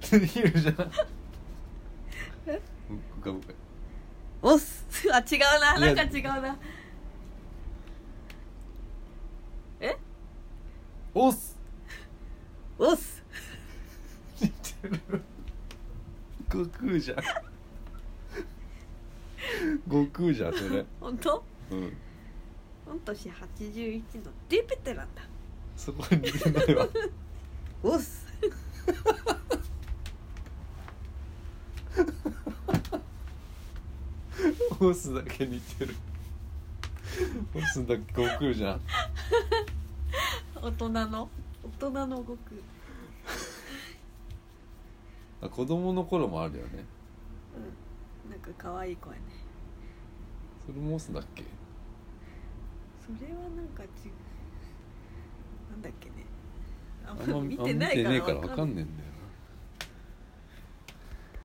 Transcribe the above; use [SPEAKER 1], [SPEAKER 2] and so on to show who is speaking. [SPEAKER 1] すぎるじゃん
[SPEAKER 2] え
[SPEAKER 1] うかうか
[SPEAKER 2] おっす あ違うないな
[SPEAKER 1] や
[SPEAKER 2] んか違うなえ
[SPEAKER 1] おっす
[SPEAKER 2] おっす
[SPEAKER 1] 似てる悟空じゃん悟空じゃんそれ
[SPEAKER 2] 本当
[SPEAKER 1] うん
[SPEAKER 2] 御年81のデペテランだ
[SPEAKER 1] そこに似てないわ
[SPEAKER 2] おっす
[SPEAKER 1] オスだけ似てるオスだけ悟空じゃん
[SPEAKER 2] 大人の大人の悟空
[SPEAKER 1] あ子供の頃もあるよね
[SPEAKER 2] うんなんか可愛い子やね
[SPEAKER 1] それもオスだっけ
[SPEAKER 2] それはなんか違うなんだっけねあ
[SPEAKER 1] あ
[SPEAKER 2] ん
[SPEAKER 1] んま
[SPEAKER 2] ま見てないから
[SPEAKER 1] あんま見てねえからわかん
[SPEAKER 2] ない
[SPEAKER 1] ねえんだよ